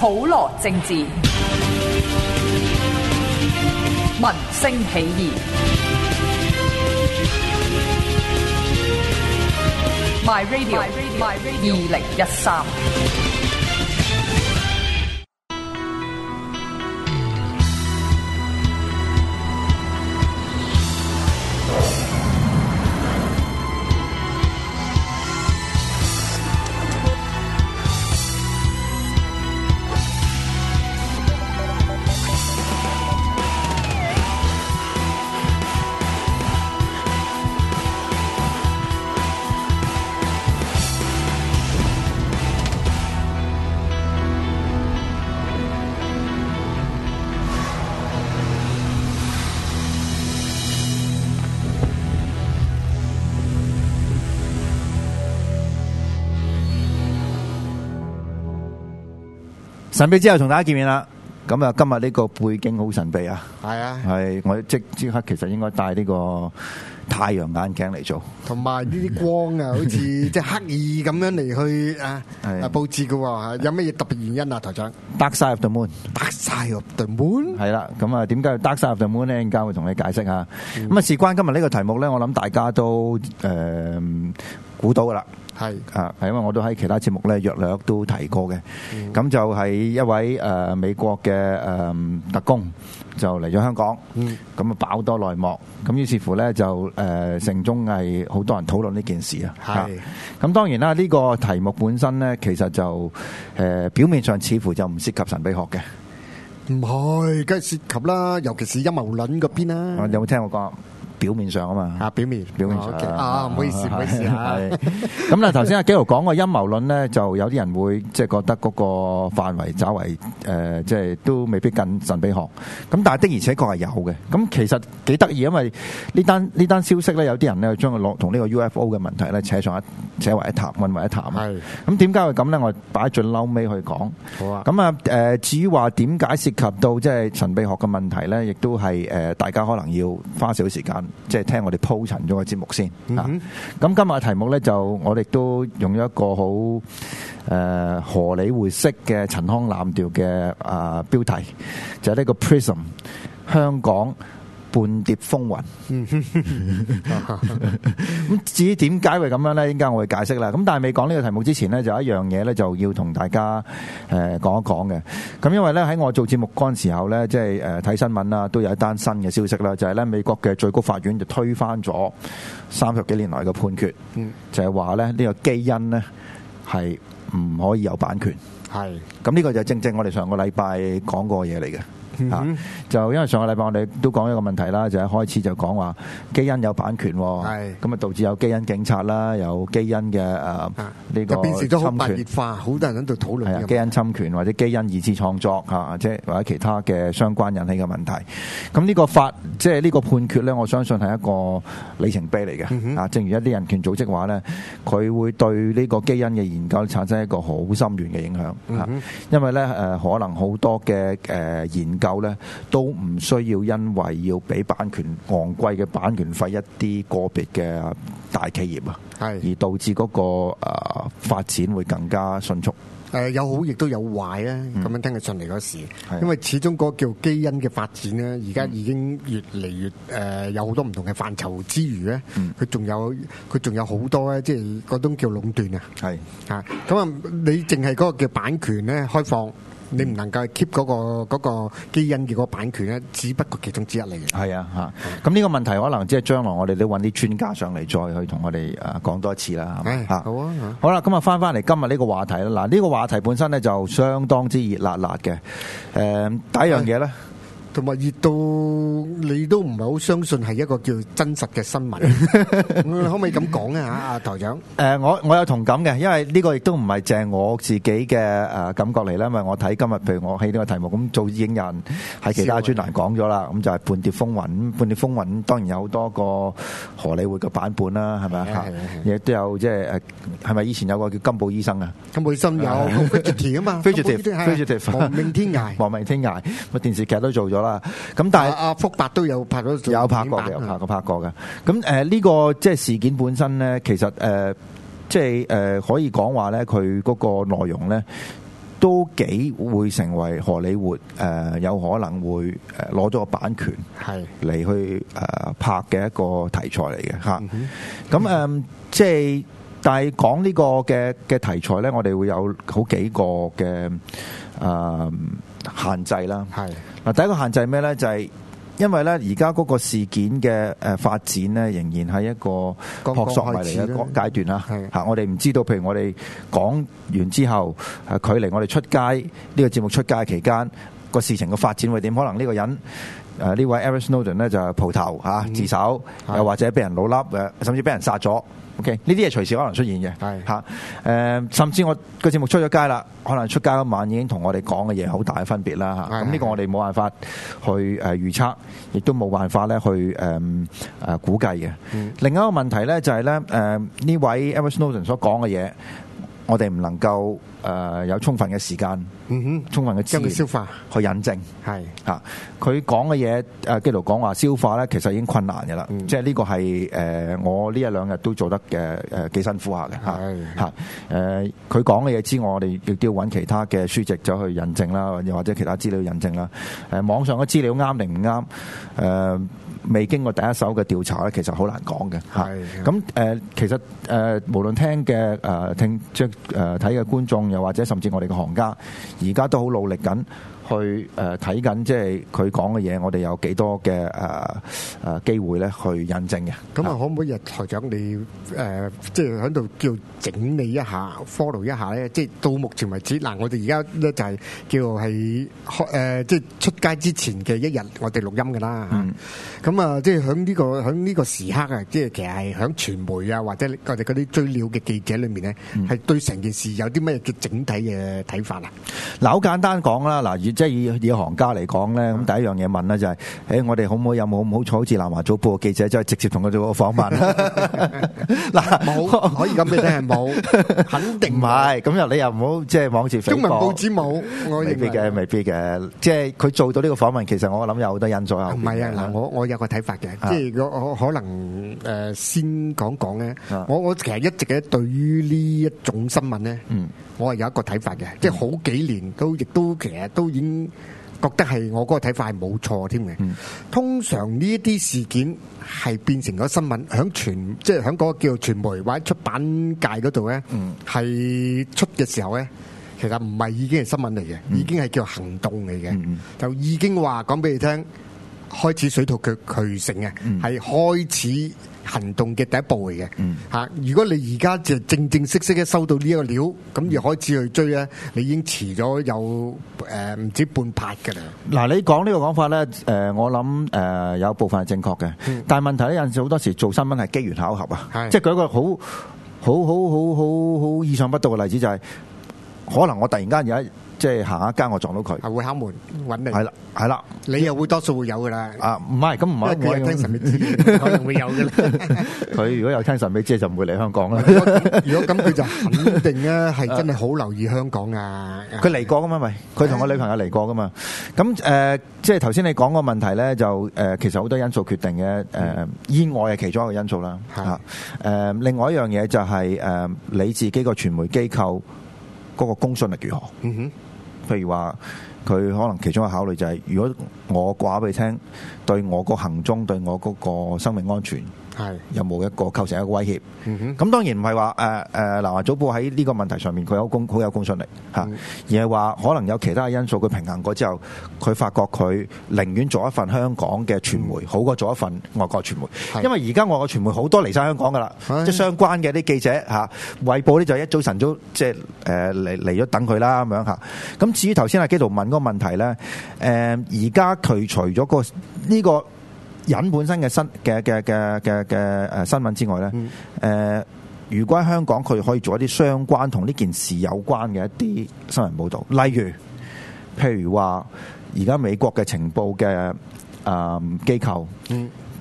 普羅政治民聲起義，My Radio 二零一三。神秘之後同大家見面啦。咁啊，今日呢個背景好神秘啊，系啊，係我即即刻其實應該戴呢個太陽眼鏡嚟做。同埋呢啲光啊，好似即係刻意咁樣嚟去啊係啊佈置嘅喎，有乜嘢特別原因啊，台長？ Dark side of the moon 白晒入對門，係啦，咁啊點解要 dark side of the moon 咧？陣間會同你解釋下。咁啊，事關今日呢個題目咧，我諗大家都誒估到噶啦。係啊，係因為我都喺其他節目咧，約略都提過嘅。咁就係一位誒、呃美國嘅誒、呃特工就嚟咗香港，嗯咁啊飽多內幕。咁於是乎咧就誒、呃城中係好多人討論呢件事啊。係啊咁當然啦，呢、個題目本身咧其實就誒、呃表面上似乎就唔涉及神秘學嘅。唔係？梗係涉及啦，尤其是陰謀論嗰邊我啦。有冇聽我講表面上啊嘛？嗯啊，表面表面上 OK 啊，唔好意 思，唔好意思啊。係咁啦，頭先阿基豪講個陰謀論咧，就有啲人會即係覺得嗰個範圍稍為誒、呃即係都未必近神秘學。咁但係的而且確係有嘅。咁其實幾得意，因為呢單呢單消息咧，有啲人咧將佢攞同呢個 UFO 嘅問題咧扯上一扯為一談，混為一啊談。係咁點解會咁咧？我擺最嬲尾去講。好啊咁啊誒，至於話點解涉及到即係神秘學嘅問題咧，亦都係誒、呃大家可能要花少少時間，即係聽我哋鋪陳咗個節目先。啊嗯哼咁、今日嘅題目咧，就我哋都用咗一個好誒、呃荷里活式嘅陳腔濫調嘅啊、標題，就係、呢個 Prism 香港。半碟風雲， 咁至於點解會咁樣呢？應該我會解釋啦。咁但係未講呢個題目之前呢，就有一樣嘢呢，就要同大家誒講一講嘅。咁因為呢，喺我做節目嗰陣時候呢，即係誒睇新聞啦，都有一單新嘅消息啦，就係、呢美國嘅最高法院就推翻咗三十幾年來嘅判決，就係話呢，呢個基因呢係唔可以有版權。係咁呢個就正正我哋上個禮拜講過嘅嘢嚟嘅。嗯嚇、就因為上個禮拜我哋都講一個問題啦，就係、開始就講話基因有版權喎係，咁啊導致有基因警察啦，有基因嘅誒呃啊呢就個變成咗好侵白權熱。化，好多人喺度討論係啊，嘅基因侵權或者基因二次創作嚇，啊即係或者其他嘅相關引起嘅問題。咁呢個法即係呢個判決呢，我相信係一個里程碑嚟嘅。啊、正如一啲人權組織話呢，佢會對呢個基因嘅研究產生一個好深遠嘅影響。啊因為呢，誒、呃可能好多嘅誒、呃研究呢，都唔需要因為要俾版權昂貴嘅版權費一啲個別嘅大企業啊，係而導致嗰、個、呃、發展會更加迅速。誒有好亦都有壞啊！咁樣聽佢上嚟嗰時係，因為始終嗰個叫基因嘅發展咧，而家已經越嚟越誒、呃有好多唔同嘅範疇之餘咧，佢仲、有佢仲有好多咧，即係嗰種叫壟斷啊！係。啊，咁啊，你淨係嗰個嘅版權咧開放，你唔能夠 keep 嗰、個嗰個基因嘅嗰個版權咧，只不過其中之一嚟嘅。係啊，嚇！咁呢個問題可能即係將來我哋都揾啲專家上嚟再去同我哋誒講多一次啦，係嘛唉嚇好啊嚇好啦，咁啊翻翻嚟今日呢個話題啦。嗱，呢個話題本身咧就相當之熱辣辣嘅。誒、第一樣嘢咧，同埋熱到你都唔係好相信係一個叫真實嘅新聞，嗯可唔可以咁講啊？啊台長，誒、呃我我有同感嘅，因為呢個亦都唔係淨係我自己嘅誒、感覺嚟啦，因為我睇今日譬如我喺呢個題目咁做影人喺其他專欄講咗啦，咁就係半碟風雲。咁半碟風雲當然有好多個荷里活嘅版本啦，係咪係啊啊係啊？亦都有即係誒，係咪以前有個叫金寶醫生啊？咁本身有 fugitive 啊嘛 fugitive fugitive 亡命天涯，亡命天涯，個電視劇都做咗啦。咁但但係係阿福伯都有拍咗有拍過嘅，有啊拍過拍過嘅。咁誒呢個即係事件本身咧，其實誒、呃即係誒、呃可以講話咧，佢嗰個內容咧。都幾會成為荷里活誒、呃有可能會誒攞咗個版權係嚟去誒、呃拍嘅一個題材嚟嘅嚇。咁誒、嗯即係但係講呢個嘅嘅題材咧，我哋會有好幾個嘅誒、呃限制啦。係嗱，第一個限制係咩呢？就係、因為呢，而家嗰個事件嘅誒發展呢，仍然係一個剛剛撲朔迷離嘅開始啦一個階段啦。係嚇，我哋唔知道，譬如我哋講完之後，誒距離我哋出街呢、個節目出街期間，個事情嘅發展會點？可能呢個人。誒呢位 Eric Snowden 咧就係蒲頭嚇、自首，嗯係又或者俾人老笠誒，甚至俾人殺咗。OK，呢啲嘢隨時可能出現嘅。係嚇誒，甚至我個節目出咗街啦，可能出街嗰晚已經同我哋講嘅嘢好大嘅分別啦嚇。係啊咁呢個係我哋冇辦法去誒呃預測，亦都冇辦法咧去誒誒估計嘅。嗯另一個問題咧就係咧誒呢位 Edward Snowden 所講嘅嘢，我哋唔能夠誒有充分嘅時間、嗯哼，充分嘅資將佢源消化去引證。係嚇，啊佢講嘅嘢誒，基度講話消化咧，其實已經困難嘅啦。嗯即係呢個係誒、呃我呢一兩日都做得嘅誒幾辛苦下嘅係嚇嚇誒，佢講嘅嘢之外，我哋亦都要揾其他嘅書籍走去印證啦，又或者其他資料印證啦。誒、網上嘅資料啱定唔啱誒？呃未經過第一手嘅調查咧，其實好難講嘅嚇係。咁咁誒、呃其實誒、呃，無論聽嘅誒、呃、聽即係誒睇嘅觀眾，又或者甚至我哋嘅行家，而家都好努力緊去誒睇緊，即係佢講嘅嘢，我哋有幾多嘅誒誒機會咧去印證嘅。咁啊，可唔可以啊台長你誒、呃即係喺度叫整理一下、follow 一下咧？即係到目前為止，嗱，我哋而家咧就係叫係開誒，即係出街之前嘅一日，我哋錄音噶啦。咁啊、即係喺呢個喺呢個時刻啊，即係其實係喺傳媒啊，或者我哋嗰啲追料嘅記者裏面咧，係、對成件事有啲咩嘅整體嘅 睇法啊？嗱，好簡單講啦，嗱，以即係以以行家嚟講咧，咁第一樣嘢問咧就係、誒、我哋好唔好有冇唔好彩好似南華早報嘅記者，即係直接同佢做個訪問？ 嗱，冇，可以咁俾你聽係冇，肯 定唔係，咁又你又唔好即係妄自菲薄中文報紙冇，我未認必為嘅，未必嘅，即係佢做到呢個訪問，其實我諗有好多因素喺後唔邊係啊，嗱，我我有個睇法嘅，啊即係我我可能誒、呃先講講咧啊，我我其實一直咧對於呢一種新聞咧，嗯我係有一個睇法嘅，即係好幾年都亦都其實都已經覺得係我嗰個睇法係冇錯添嘅。嗯通常呢一啲事件係變成咗新聞，響傳即係響嗰個叫做傳媒或者出版界嗰度咧，嗯係、出嘅時候咧。其實唔係已經係新聞嚟嘅，嗯已經係叫行動嚟嘅，就已經話講俾你聽，開始水到渠渠成嘅，嗯係、開始行動嘅第一步嚟嘅。嚇、如果你而家就正正式式嘅收到呢一個料，咁而開始去追咧，你已經遲咗有誒唔、止半拍㗎啦。嗱，你講呢個講法咧，誒、我諗誒、有部分係正確嘅，嗯但係問題咧，有陣時好多時做新聞係機緣巧合啊，係即係舉一個好好好好好好意想不到嘅例子就係、可能我突然間有一即係行下街，我撞到佢，係會敲門揾你，係啦係啦，你又會多數會有㗎啦。啊唔係咁唔因為係佢有聽神秘之夜，可能會有 㗎啦。佢如果有聽神秘姐就唔會嚟香港啦。 如果咁，佢就肯定咧係真係好留意香港啊。佢嚟過噶嘛？咪佢同我女朋友嚟過噶嘛？咁誒、呃即係頭先你講個問題咧，就誒、呃其實好多因素決定嘅。誒、意外係其中一個因素啦。係嚇誒、另外一樣嘢就係、呃你自己個傳媒機構嗰個公信力如何？嗯譬如話，佢可能其中嘅考慮就係、如果我話俾你聽，對我個行蹤、對我嗰個生命安全哼，係。有冇一個構成一個威脅？嗯哼咁當然唔係話誒誒南華早報喺呢個問題上面佢有公好有公信力嚇，嗯而係話可能有其他嘅因素佢平衡過之後，佢發覺佢寧願做一份香港嘅傳媒，好過做一份外國傳媒，嗯係因為而家外國傳媒好多嚟晒香港噶啦，唉即係相關嘅啲記者嚇，衛報呢就一早晨早即係誒嚟嚟咗等佢啦咁樣嚇。咁至於頭先阿基圖問嗰個問題咧，呃誒而家佢除咗個呢個。人本身嘅新嘅嘅嘅嘅嘅誒新聞之外咧，誒、呃如果喺香港佢可以做一啲相關同呢件事有關嘅一啲新聞報導，例如譬如話而家美國嘅呃情報嘅誒、嗯機構，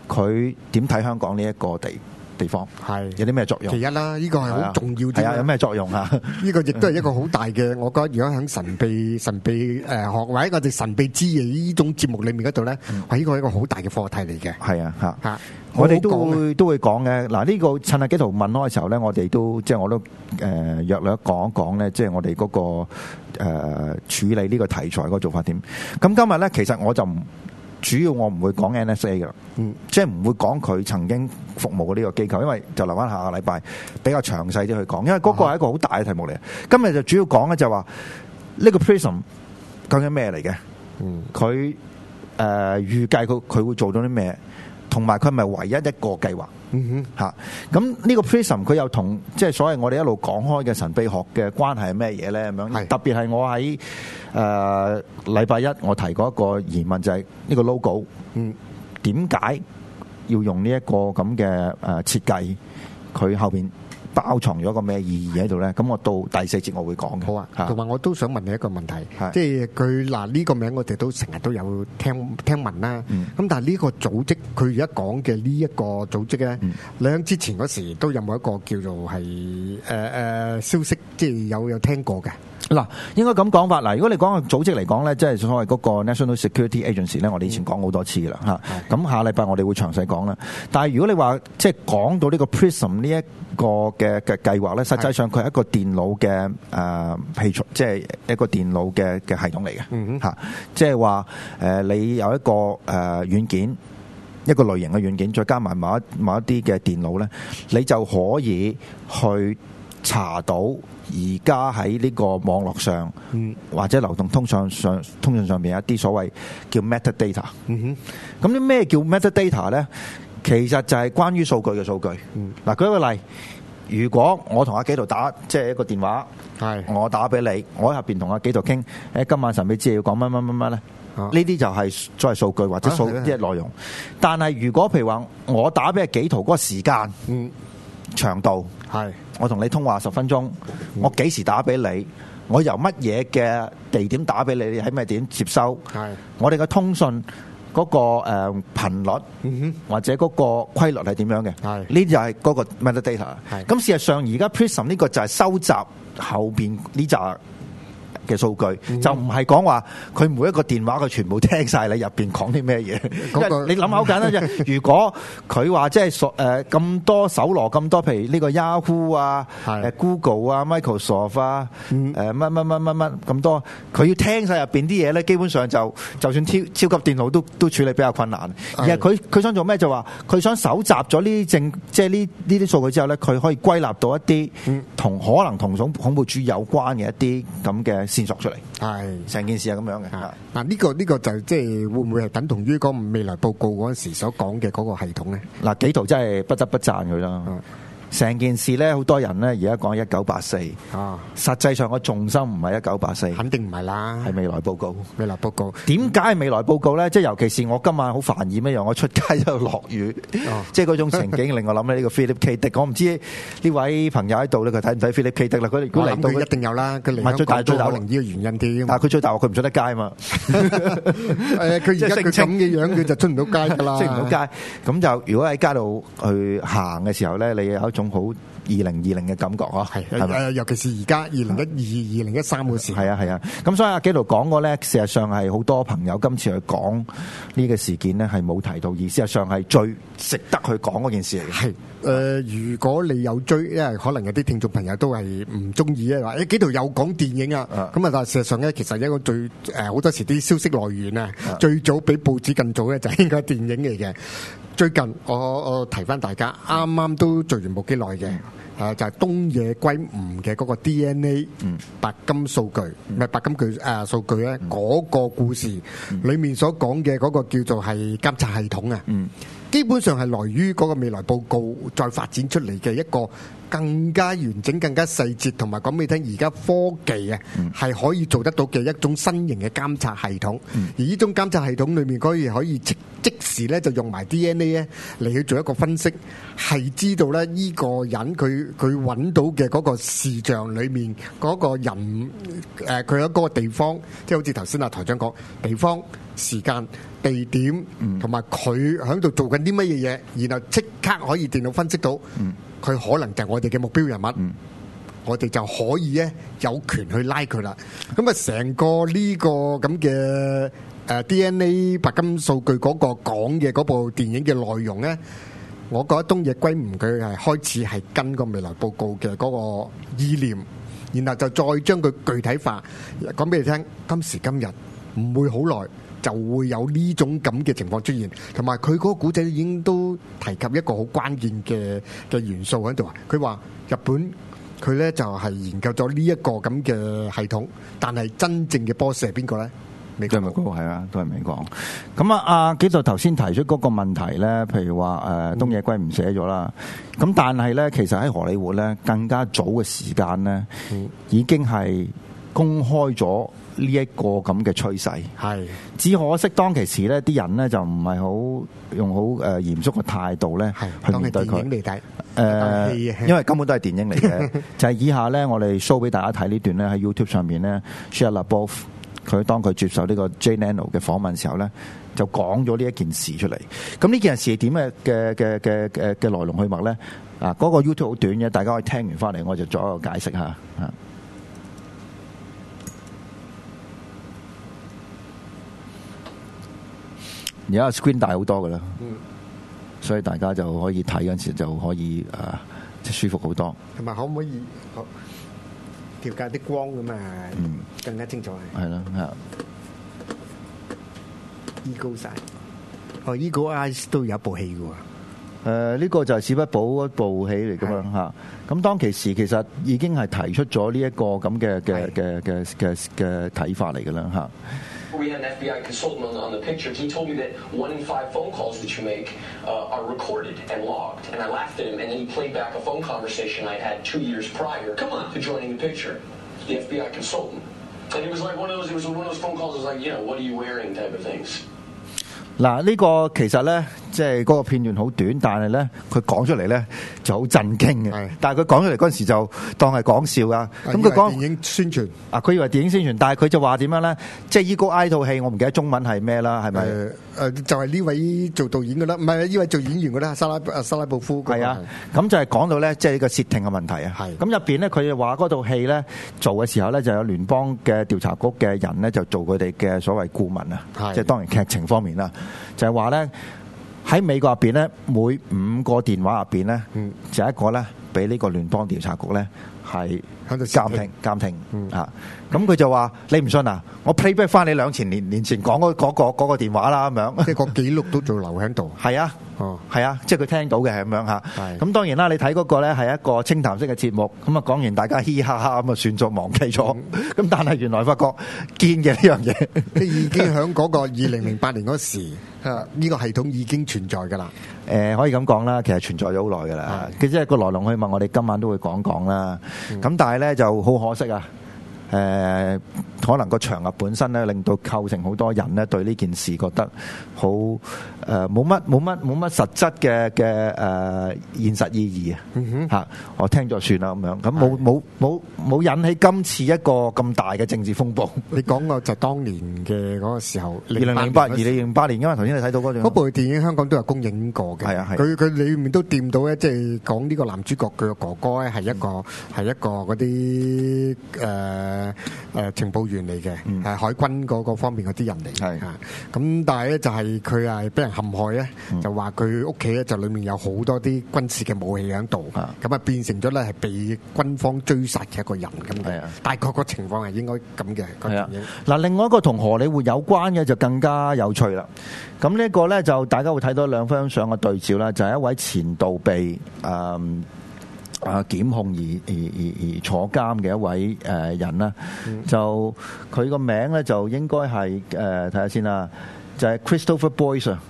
佢點睇香港呢一個地地方，係有啲咩作用其？一啦，呢個係好重要係啊，有啲。咩作用啊？ 呢個亦都係一個好大嘅，我覺得如果喺神秘神秘誒學或者我哋神秘之夜呢種節目裏面嗰度咧，係呢個係一個好大嘅課題嚟嘅係啊，嚇。嚇。我哋好都好講嘅會都會講嘅。嗱，呢個趁阿基圖問開嘅時候咧，我哋都即係我都誒約略講一講咧，即係我哋嗰、個誒、呃、處理呢個題材個做法點。咁今日咧，其實我就唔主要我唔會講 NSA 噶啦，嗯即係唔會講佢曾經服務嘅呢個機構，因為就留翻下個禮拜比較詳細啲去講，因為嗰個係一個好大嘅題目嚟。今日就主要講咧就話呢個 Prism 究竟咩嚟嘅？嗯佢誒、呃、預計佢佢會做到啲咩，同埋佢係咪唯一一個計劃嗯嚇？咁、呢個 prism 佢又同即係所謂我哋一路講開嘅神秘學嘅關係係咩嘢咧？咁樣係特別係我喺誒禮拜一我提過一個疑問，就係、呢個 logo 嗯點解要用呢一個咁嘅誒設計？佢後邊包藏咗個咩意義喺度咧？咁我到第四節我會講嘅。哼，好啊。嚇同埋我都想問你一個問題係，即係佢嗱呢個名我哋都成日都有聽聽聞啦。嗯咁但係呢個組織佢而家講嘅呢一個組織咧嗯，你喺之前嗰時都有冇一個叫做係誒誒消息，即係有有聽過嘅？嗱，應該咁講法。嗱，如果你講個組織嚟講咧，即係所謂嗰個 National Security Agency 咧，我哋以前講好多次㗎啦嚇。咁下禮拜我哋會詳細講啦。但係如果你話即係講到呢個 Prism 呢一個嘅嘅計劃咧，實際上佢係一個電腦嘅誒器材，即係一個電腦嘅嘅系統嚟嗯嘅嚇。即係話誒，你有一個誒軟件。一個類型嘅軟件，再加埋某一某一啲嘅電腦呢，你就可以去查到而家喺呢個網絡上，嗯或者流動通訊上通訊上面一啲所謂叫 metadata。嗯咁啲咩叫 metadata 呢？其實就係關於數據嘅數據。嗱、嗯舉一個例，如果我同阿幾度打即係一個電話，哼，係我打俾你，我喺入邊同阿幾度傾，誒今晚神秘之夜要講乜乜乜乜咧？啊呢啲就係所謂數據或者數啊係啊即係內容。但係如果譬如話我打俾阿幾圖嗰個時間嗯長度，係。我同你通話十分鐘，嗯我幾時打俾你？我由乜嘢嘅地點打俾你？你喺咩點接收？係我哋嘅通訊嗰、個誒、呃、頻率，嗯或者嗰個規律係點樣嘅？係呢啲就係嗰個 metadata 係。咁事實上而家 Prism 呢個就係收集後邊呢扎嘅數據，嗯就唔係講話佢每一個電話佢全部聽晒你入邊講啲咩嘢。嗰個因為你諗下好簡單 啫。如果佢話即係所誒咁多搜羅咁多，譬如呢個 Yahoo 啊、係誒 Google 啊、Microsoft 啊、誒嗯乜乜乜乜乜咁多，佢要聽晒入邊啲嘢咧，基本上就就算超超級電腦都都處理比較困難。而係佢佢想做咩就話佢想搜集咗呢啲證，即係呢呢啲數據之後咧，佢可以歸納到一啲嗯同可能同種恐怖主義有關嘅一啲咁嘅線索出嚟。係成件事係咁樣嘅。啊！嗱，呢個呢個就即係會唔會係等同於嗰個未來報告嗰陣時所講嘅嗰個系統咧？嗱，幾圖真係不得不讚佢啦嗯。成件事咧，好多人咧而家講一九八四，實啊，際上個重心唔係一九八四，係肯定唔係啦，未來報告。未來報告點解係未來報告咧？即係尤其是我今晚好煩厭一樣，我出街一路落雨，哦即係嗰種情景令我諗起呢個 Philip K. Dick。我唔知呢位朋友喺度咧，佢睇唔睇 Philip K. Dick 啦？佢如我果諗嚟到佢一佢，定有啦，佢嚟唔係最香大港最都大可能呢個原因添。 但係佢最大鑊，佢唔出得街嘛。誒，佢而家即係聲佢咁稱嘅樣，佢就出唔到街㗎啦，即係唔好。街。咁就如果喺街度去行嘅時候咧，你有一種好二零二零嘅感覺啊，係咪？誒，尤其是而家二零一二、二零一三嗰時，係啊係啊，咁所以阿紀度講過咧，事實上係好多朋友今次去講呢個事件咧，係冇提到，而事實上係最值得去講嗰件事嚟嘅。係誒，如果你有追，因為可能有啲聽眾朋友都係唔中意咧，話誒幾條有講電影啊啊，咁啊，但係事實上咧，其實一個最誒好多時啲消息來源啊，最早比報紙更早咧，就係應該電影嚟嘅。最近我我提翻大家，啱啱都做完冇幾耐嘅。誒就係東野圭吾嘅嗰個 DNA 白金數據，唔係白金據誒數據咧，嗰個故事裡面所講嘅嗰個叫做係監察系統啊，基本上係來於嗰個未來報告再發展出嚟嘅一個更加完整、更加細節，同埋講俾你聽，而家科技啊係可以做得到嘅一種新型嘅監察系統。而呢種監察系統裏面，可以可以即即時咧就用埋 DNA 咧嚟去做一個分析，係知道咧呢個人佢佢揾到嘅嗰個視像裏面嗰、個人誒佢喺嗰個地方，即係好似頭先阿台長講地方。時間、地點，同埋佢喺度做緊啲乜嘢嘢，然後即刻可以電腦分析到，佢、可能就係我哋嘅目標人物。我哋就可以咧有權去拉佢啦。咁啊，成個呢個咁嘅誒 DNA 白金數據嗰個講嘅嗰部電影嘅內容咧，我覺得東野圭吾佢係開始係跟個未來報告嘅嗰個意念，然後就再將佢具體化，講俾你聽。今時今日唔會好耐。就會有呢種咁嘅情況出現，同埋佢嗰個古仔已經都提及一個好關鍵嘅嘅元素喺度啊！佢話日本佢咧就係、研究咗呢一個咁嘅系統，但係真正嘅 boss 係邊個咧？美都國係美國，係啊，都係美國。咁啊，阿紀度頭先提出嗰個問題咧，譬如話誒、呃、東野圭唔寫咗啦，咁但係咧，其實喺荷里活咧更加早嘅時間咧，已經係公開咗呢一個咁嘅趨勢。係只可惜當其時咧，啲人咧就唔係好用好誒嚴肅嘅態度咧係去當係面對電佢影。嚟睇，誒、當戲啊呃因為根本都係電影嚟嘅，就係以下咧，我哋 show 俾大家睇呢段咧喺 YouTube 上面咧 s h a r e LaBeouf 佢當佢接受呢個 Jay Leno 嘅訪問時候咧，就講咗呢一件事出嚟。咁呢件事係點嘅嘅嘅嘅嘅嘅來龍去脈咧？啊，嗰、個 YouTube 好短嘅，大家可以聽完翻嚟，我就作一個解釋下。啊而家 screen 大好多噶啦，所以大家就可以睇嗰陣時就可以誒、啊即係舒服好多。同埋可唔可以可調校啲光咁啊？更加清楚係係啦，係啊 Eagle 晒。哦，Eagle Eyes 都有一部戲嘅喎。呃誒呢、個就係史不保一部戲嚟噶嘛嚇，咁當其時其實已經係提出咗呢一個咁嘅嘅嘅嘅嘅嘅睇法嚟噶啦嚇。 We had an FBI consultant on, on the pictures. He told me that one in five phone calls that you make uh, are recorded and logged. And I laughed at him, and then he played back a phone conversation I had two years prior. Come on. To joining the picture, the FBI consultant. And it was like one of those. It was one of those phone calls. It was like, you know, what are you wearing type of things. 嗱，呢個其實咧，即係嗰個片段好短，但係咧，佢講出嚟咧就好震驚嘅係。但係佢講出嚟嗰陣時就當係講笑啊。咁佢以講為電影宣傳啊，佢以為電影宣傳，但係佢就話點樣咧？即係《e a g l Eye》套戲，我唔記得中文係咩啦，係咪？誒誒，就係呢位做導演嘅啦，唔係呢位做演員嘅啦，沙拉啊沙拉布夫嗰個係啊，咁就係講到咧，即係呢個竊聽嘅問題啊。係咁入邊咧，佢哋話嗰套戲咧做嘅時候咧，就有聯邦嘅調查局嘅人咧，就做佢哋嘅所謂顧問啊。係即係當然劇情方面啦，就係話咧喺美國入邊咧，每五個電話入邊咧，嗯就一個咧俾呢個聯邦調查局咧係喺度監竊聽嗯聽監聽啊。咁佢就話：你唔信啊？我 playback 翻你兩前年年前講嗰嗰個嗰個電話啦，咁樣。即係個記錄都仲留喺 度。係啊，哦係啊，即係佢聽到嘅係咁樣嚇係。咁當然啦，你睇嗰個咧係一個清談式嘅節目，咁啊講完大家嘻嘻哈哈咁啊算作忘記咗。嗯咁但係原來發覺堅嘅呢樣嘢，即係已經喺嗰個二零零八年嗰時，啊呢個系統已經存在㗎啦。誒呃可以咁講啦，其實存在咗好耐㗎啦。佢即係個來龍去脈，我哋今晚都會講講啦。咁但係咧就好可惜啊。誒、可能個場合本身咧，令到構成好多人咧對呢件事覺得好誒冇乜冇乜冇乜實質嘅嘅誒現實意義啊嚇、我聽咗算啦咁樣，咁冇冇冇冇引起今次一個咁大嘅政治風暴。你講個就當年嘅嗰個時候，二零零八、年二嗰時零零八年，因為頭先你睇到嗰嗰段，部電影香港都有公映過嘅，係啊係啊佢佢裏面都掂到咧，即係講呢個男主角佢個哥哥咧係一個係一個嗰啲誒誒情報員嚟嘅，係海軍嗰個方面嗰啲人嚟嘅係嚇。咁但係咧就係佢係俾人陷害咧，就話佢屋企咧就裏面有好多啲軍事嘅武器喺度，啊咁啊變成咗咧係被軍方追殺嘅一個人咁係嘅啊。大概個情況係應該咁嘅個係啊電影。，嗱，另外一個同荷里活有關嘅就更加有趣啦。咁呢一個咧就大家會睇到兩張相嘅對照啦，就係、一位前度被誒。嗯啊檢控而而而而坐監嘅一位誒、呃人啦，就佢個名咧就應該係誒睇下先啦，就係、Christopher Boyce 啊。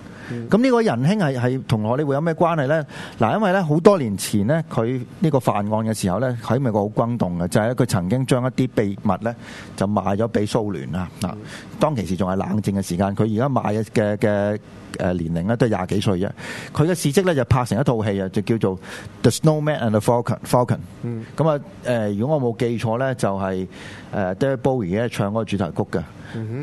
咁呢個仁兄係係同荷里活有咩關係咧？嗱，因為咧好多年前咧，佢呢個犯案嘅時候咧，喺美國好轟動嘅，就係咧佢曾經將一啲秘密咧就賣咗俾蘇聯啊！嗱，當其時仲係冷靜嘅時間，佢而家賣嘅嘅嘅誒呃年齡咧都係廿幾歲啫。佢嘅事蹟咧就拍成一套戲啊，就叫做《The Snowman and the Falcon》Falcon。咁啊誒，如果我冇記錯咧，就係誒 David Bowie 咧唱嗰個主題曲嘅。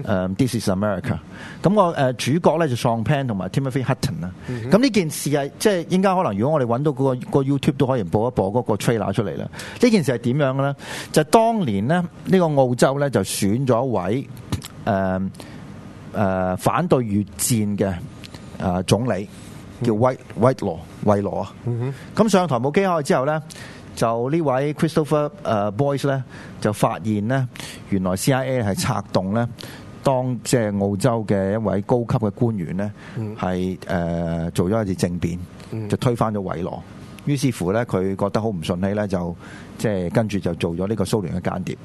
誒、This is America。咁個誒主角咧就 Sean Penn 同埋 Timothy Hutton 啦。咁呢件事係即係應該可能，如果我哋揾到嗰、個、個 YouTube 都可以播一播嗰個 trailer 出嚟啦。呢件事係點樣嘅咧？就當年咧，呢、呢個澳洲咧就選咗一位誒誒、呃反對越戰嘅誒、呃、總理，叫威威羅威羅啊。咁上台冇幾耐之後咧。就呢位 Christopher 誒 Boyce 咧，就發現咧，原來 CIA 係策動咧，當即係澳洲嘅一位高級嘅官員咧，係誒、呃做咗一次政變，就推翻咗韋羅。於是乎咧，佢覺得好唔順氣咧，就即係跟住就做咗呢個蘇聯嘅間諜。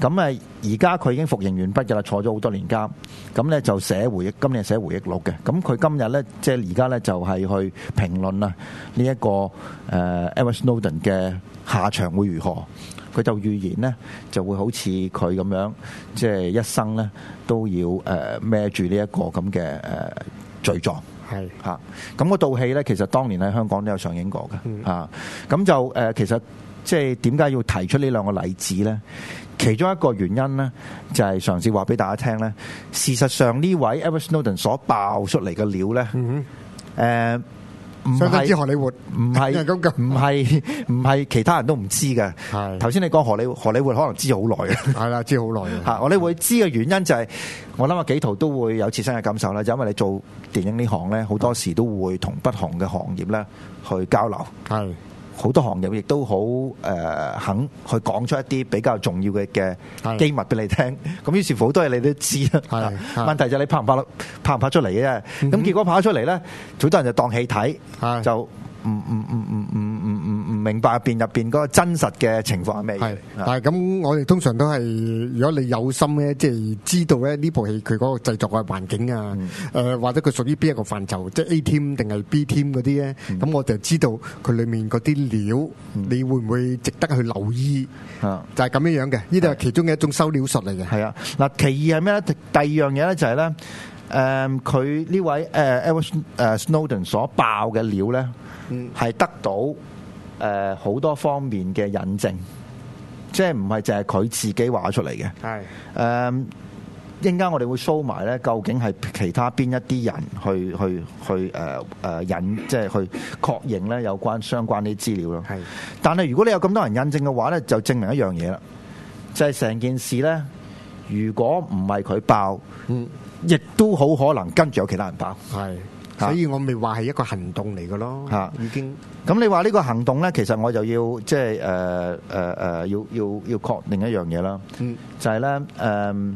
咁啊，而家佢已經服刑完畢㗎啦，坐咗好多年監。咁咧就寫回憶，今年寫回憶錄嘅。咁佢今日咧，即係而家咧就係去評論啊呢一個誒 Edward Snowden 嘅下場會如何。佢就預言咧，就會好似佢咁樣，即係一生咧都要誒孭住呢一個咁嘅誒罪狀。係嚇。啊咁嗰套戲咧，其實當年喺香港都有上映過嗯嘅嚇。咁就誒、呃其實即係點解要提出呢兩個例子咧？其中一個原因咧，就係、嘗試話俾大家聽咧，事實上呢位 Edward Snowden 所爆出嚟嘅料咧，誒、唔嗯相當之荷係里活，唔 係咁唔咁，係唔係其他人都唔知嘅。係頭先你講荷里活荷里活可能知咗好耐啊嘅。係啦，知好耐啦。嚇！我哋會知嘅原因就係、我諗啊，幾圖都會有切身嘅感受啦，就因為你做電影呢行咧，好多時都會同不同嘅行業咧去交流，係好多行業亦都好誒、呃肯去講出一啲比較重要嘅嘅係機密俾你聽。咁於是乎好多嘢你都知啦。係係問題就係你拍唔拍得拍唔拍出嚟嘅啫。咁、結果拍得出嚟咧，好多人就當戲睇，係就唔唔唔唔唔唔唔唔明白入邊入邊嗰個真實嘅情況係咩嘢係，啊但係咁，我哋通常都係，如果你有心咧，即係知道咧呢部戲佢嗰個製作嘅環境啊，誒或者佢屬於邊一個範疇，即係 A team 定係 B team 嗰啲咧，咁我就知道佢裡面嗰啲料，你會唔會值得去留意？啊就係咁樣樣嘅，呢啲係其中嘅一種收料術嚟嘅。係啊，嗱，其二係咩咧？第第二樣嘢咧就係咧，誒佢呢位誒 Edward Sn- 誒 Snowden 所爆嘅料咧，係得到誒好多方面嘅引證，即係唔係淨係佢自己話出嚟嘅。係誒呃一陣間我哋會 show 埋咧，究竟係其他邊一啲人去去去誒誒、呃引，即係去確認咧有關相關啲資料咯。係但係如果你有咁多人印證嘅話咧，就證明一樣嘢啦，就係、成件事咧，如果唔係佢爆，亦都好可能跟住有其他人爆。係，所以我咪話係一個行動嚟嘅咯嚇，已經咁你話呢個行動咧，其實我就要即係誒誒誒，呃要要要確定一樣嘢啦，嗯就係咧誒，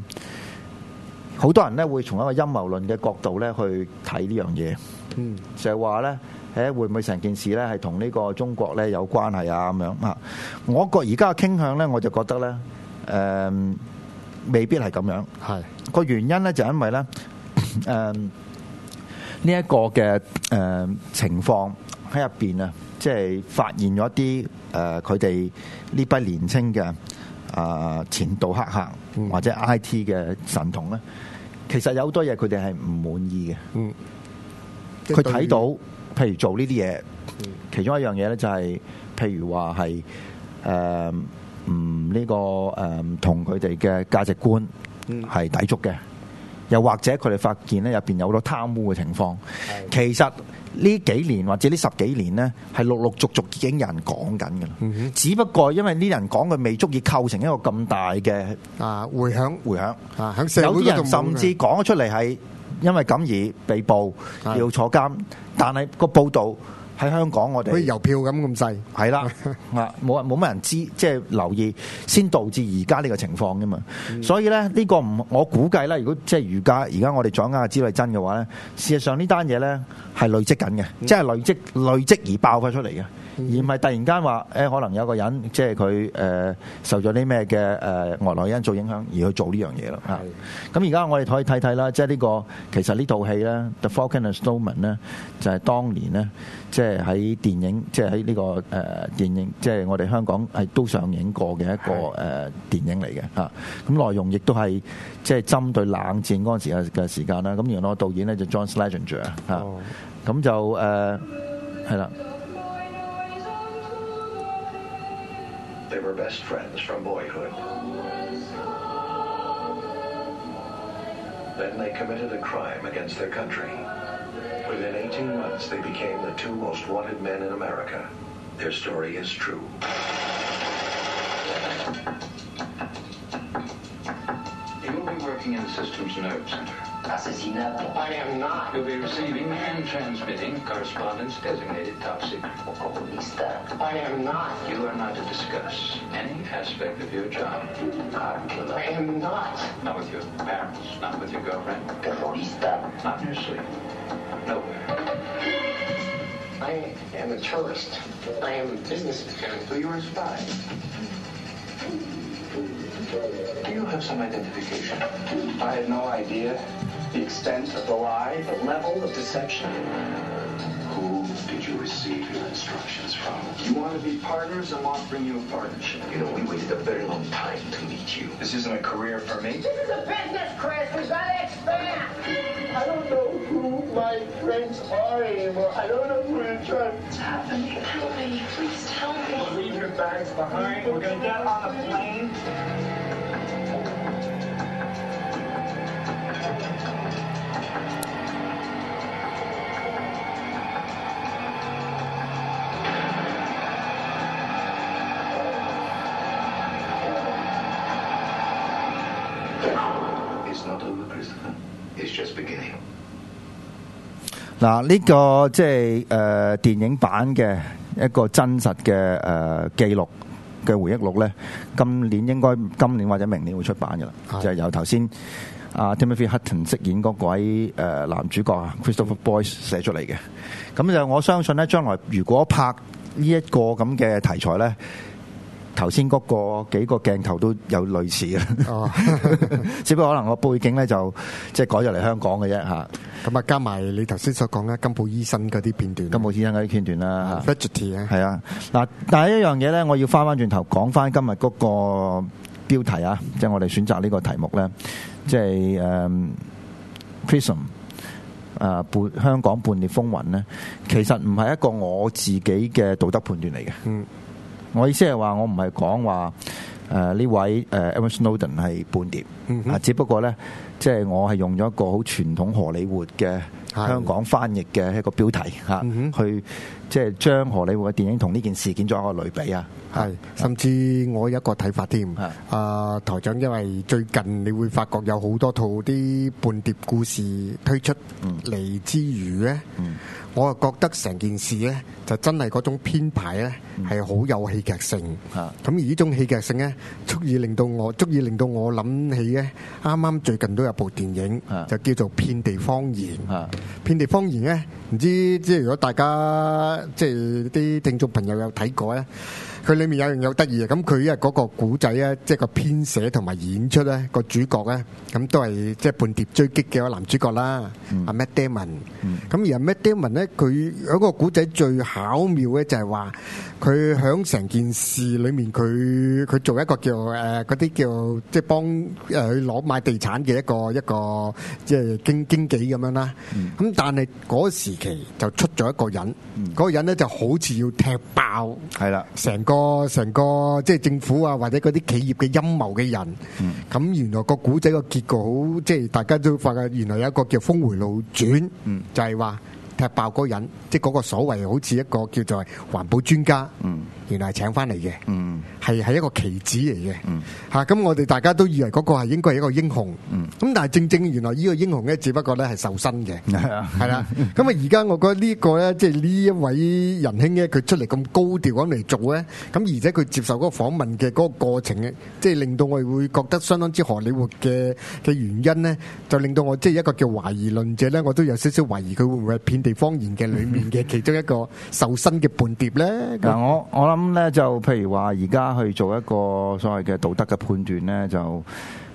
好、多人咧會從一個陰謀論嘅角度咧去睇呢樣嘢，嗯就係話咧。誒會唔會成件事咧係同呢個中國咧有關係啊咁樣啊？我覺而家嘅傾向咧，我就覺得咧，誒、未必係咁樣。係個原因咧就因為咧， 誒呢一個嘅誒、情況喺入邊啊，即係發現咗一啲誒佢哋呢班年青嘅啊前度黑客或者 I T 嘅神童咧，其實有好多嘢佢哋係唔滿意嘅。嗯，佢睇到，譬如做呢啲嘢，其中一樣嘢咧就係、譬如話係誒唔呢個誒同佢哋嘅價值觀係抵觸嘅，又或者佢哋發現咧入邊有好多貪污嘅情況。其實呢幾年或者呢十幾年咧，係陸陸續續已經有人講緊㗎啦。只不過因為呢啲人講嘅未足以構成一個咁大嘅啊回響迴響。啊喺社有會啲嗰度人甚至講咗出嚟係因為咁而被捕係要坐監，但係個報導喺香港我好似哋郵票咁咁細。係 啦，啊冇人冇乜人知，即係留意，先導致而家呢個情況噶嘛。嗯所以咧，呢個唔我估計咧，如果即係如家而家我哋掌握嘅資料係真嗯嘅話咧，事實上呢單嘢咧係累積緊嘅，即係累積累積而爆發出嚟嘅。而唔係突然間話誒，可能有個人即係佢誒受咗啲咩嘅誒外來因素影響而去做呢樣嘢咯。啊咁而家我哋可以睇睇啦，即係呢個其實呢套戲咧，《The Falcon and Snowman》咧，就係當年咧，即係喺電影，即係喺呢個誒電影，即係我哋香港係都上映過嘅一個誒電影嚟嘅嚇。咁內容亦都係即係針對冷戰嗰陣時嘅嘅時間啦。咁原來個導演咧就 John Schlesinger 嚇哦，咁就誒係啦。 They were best friends from boyhood. Then they committed a crime against their country. Within 18 months, they became the two most wanted men in America. Their story is true. You will be working in the system's nerve center. I am not. You'll be receiving and transmitting correspondence designated top secret. I am not. You are not to discuss any aspect of your job. I am not. Not with your parents, not with your girlfriend, not in your sleep. Nowhere. I am a tourist. I am a businessman. So you are a spy. Do you have some identification? I had no idea the extent of the lie, the level of deception. Who did you receive your instructions from? You want to be partners? I'm offering you a partnership. You know, we waited a very long time to meet you. This isn't a career for me. This is a business, Chris. We gotta expand. I don't know who my friends are anymore. I don't know who to trust. happening? Tell me, please tell me. Leave your bags behind. We're going to get on a plane. It's not over, Christopher. It's just beginning. 嗱，呢個即係誒電影版嘅一個真實嘅誒記錄嘅回憶錄咧，今年應該今年或者明年會出版嘅啦，係就係由頭先阿 Timothy Hutton 飾演嗰位誒男主角啊 Christopher Boyce 寫出嚟嘅。咁就我相信咧，將來如果拍呢一個咁嘅題材咧。頭先嗰個幾個鏡頭都有類似嘅，哦 只不過可能個背景咧就即係改咗嚟香港嘅啫嚇，咁啊，加埋你頭先所講啦，金寶醫生嗰啲片段，咁冇先生嗰啲片段啦。嚇 budget 啊，係啊，嗱，但係一樣嘢咧，我要翻翻轉頭講翻今日嗰個標題啊，即係我哋選擇呢個題目咧，即係誒 prism。誒半香港半裂風雲咧，其實唔係一個我自己嘅道德判斷嚟嘅。嗯，我意思係話，我唔係講話誒呢位誒 e d w a r Snowden 係叛諜，嗯哼啊，只不過咧，即係我係用咗一個好傳統荷里活嘅係香港翻譯嘅一個標題嚇，嗯哼去即係將荷里活嘅電影同呢件事件作一個類比啊。係，甚至我有一個睇法添係。啊，台長，因為最近你會發覺有好多套啲叛諜故事推出嗯嚟之餘咧，我啊覺得成件事咧就真係嗰種編排咧係好有戲劇性。嗯啊咁而呢種戲劇性咧，足以令到我足以令到我諗起咧，啱啱最近都有部電影啊就叫做《遍地方言》。啊遍地方言咧，唔知即係如果大家即係啲聽眾朋友有睇過咧，佢裡面有樣有得意嘅，咁佢因為嗰個古仔咧，即係個編寫同埋演出咧，個主角咧，咁都係即係叛諜追擊嘅男主角啦，阿 Matt Damon。咁而阿 Matt Damon 咧，佢有一個古仔最巧妙咧，就係話佢響成件事裡面，佢佢做一個叫誒嗰啲叫即係幫誒去攞買地產嘅一個一個即係經經紀咁樣啦。咁、但係嗰時期就出咗一個人，嗰、個人咧就好似要踢爆。係啦，成個成個即係政府啊，或者嗰啲企業嘅陰謀嘅人，咁、原來個古仔個結果好，即係大家都發覺原來有一個叫峰回路轉，就係話踢爆嗰個人，即係嗰個所謂好似一個叫做環保專家，原來係請翻嚟嘅，係係、一個棋子嚟嘅，嚇咁、我哋大家都以為嗰個係應該係一個英雄，咁、但係正正原來呢個英雄咧，只不過咧係受身嘅。 係啊，系啦，咁啊而家我覺得呢個咧，即係呢一位仁兄咧，佢出嚟咁高調咁嚟做咧，咁而且佢接受嗰個訪問嘅嗰個過程咧，即係令到我哋會覺得相當之荷里活嘅嘅原因咧，就令到我即係一個叫懷疑論者咧，我都有少少懷疑佢會唔會係遍地地方言嘅裏面嘅其中一個受薪嘅叛諜咧？嗱，我我諗咧就譬如話，而家去做一個所謂嘅道德嘅判斷咧，就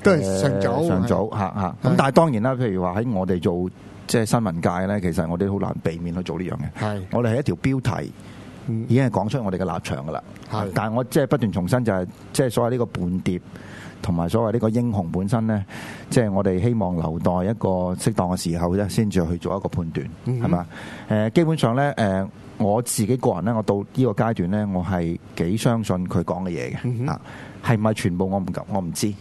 都係尚早呃尚早嚇嚇。咁係但係當然啦，譬如話喺我哋做即係新聞界咧，其實我哋好難避免去做呢樣嘅。係我哋係一條標題。嗯已經係講出我哋嘅立場噶啦係，但係我即係不斷重申就係、即係所謂呢個叛諜同埋所謂呢個英雄本身咧，即係我哋希望留待一個適當嘅時候咧，先至去做一個判斷，係嘛、誒基本上咧，誒、我自己個人咧，我到呢個階段咧，我係幾相信佢講嘅嘢嘅，啊、係咪全部我唔敢，我唔知，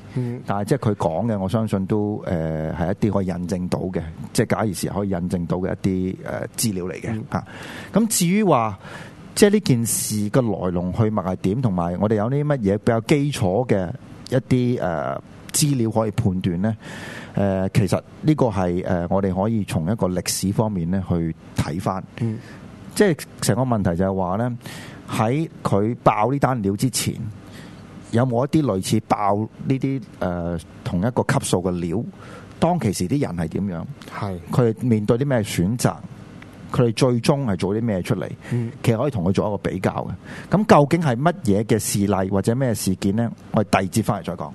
但係即係佢講嘅，我相信都誒係、一啲可以印證到嘅，即係假如時可以印證到嘅一啲誒、資料嚟嘅嚇。啊咁、至於話。即係呢件事嘅來龍去脈係點，同埋我哋有啲乜嘢比較基礎嘅一啲誒、呃、資料可以判斷呢？誒、其實呢個係誒、呃我哋可以從一個歷史方面咧去睇翻。即係成個問題就係話呢，喺佢爆呢單料之前，有冇一啲類似爆呢啲誒同一個級數嘅料？當其時啲人係點樣？係佢哋面對啲咩選擇，佢哋最終係做啲咩出嚟，其實可以同佢做一個比較嘅。咁究竟係乜嘢嘅事例或者咩事件呢？我哋第二節翻嚟再講。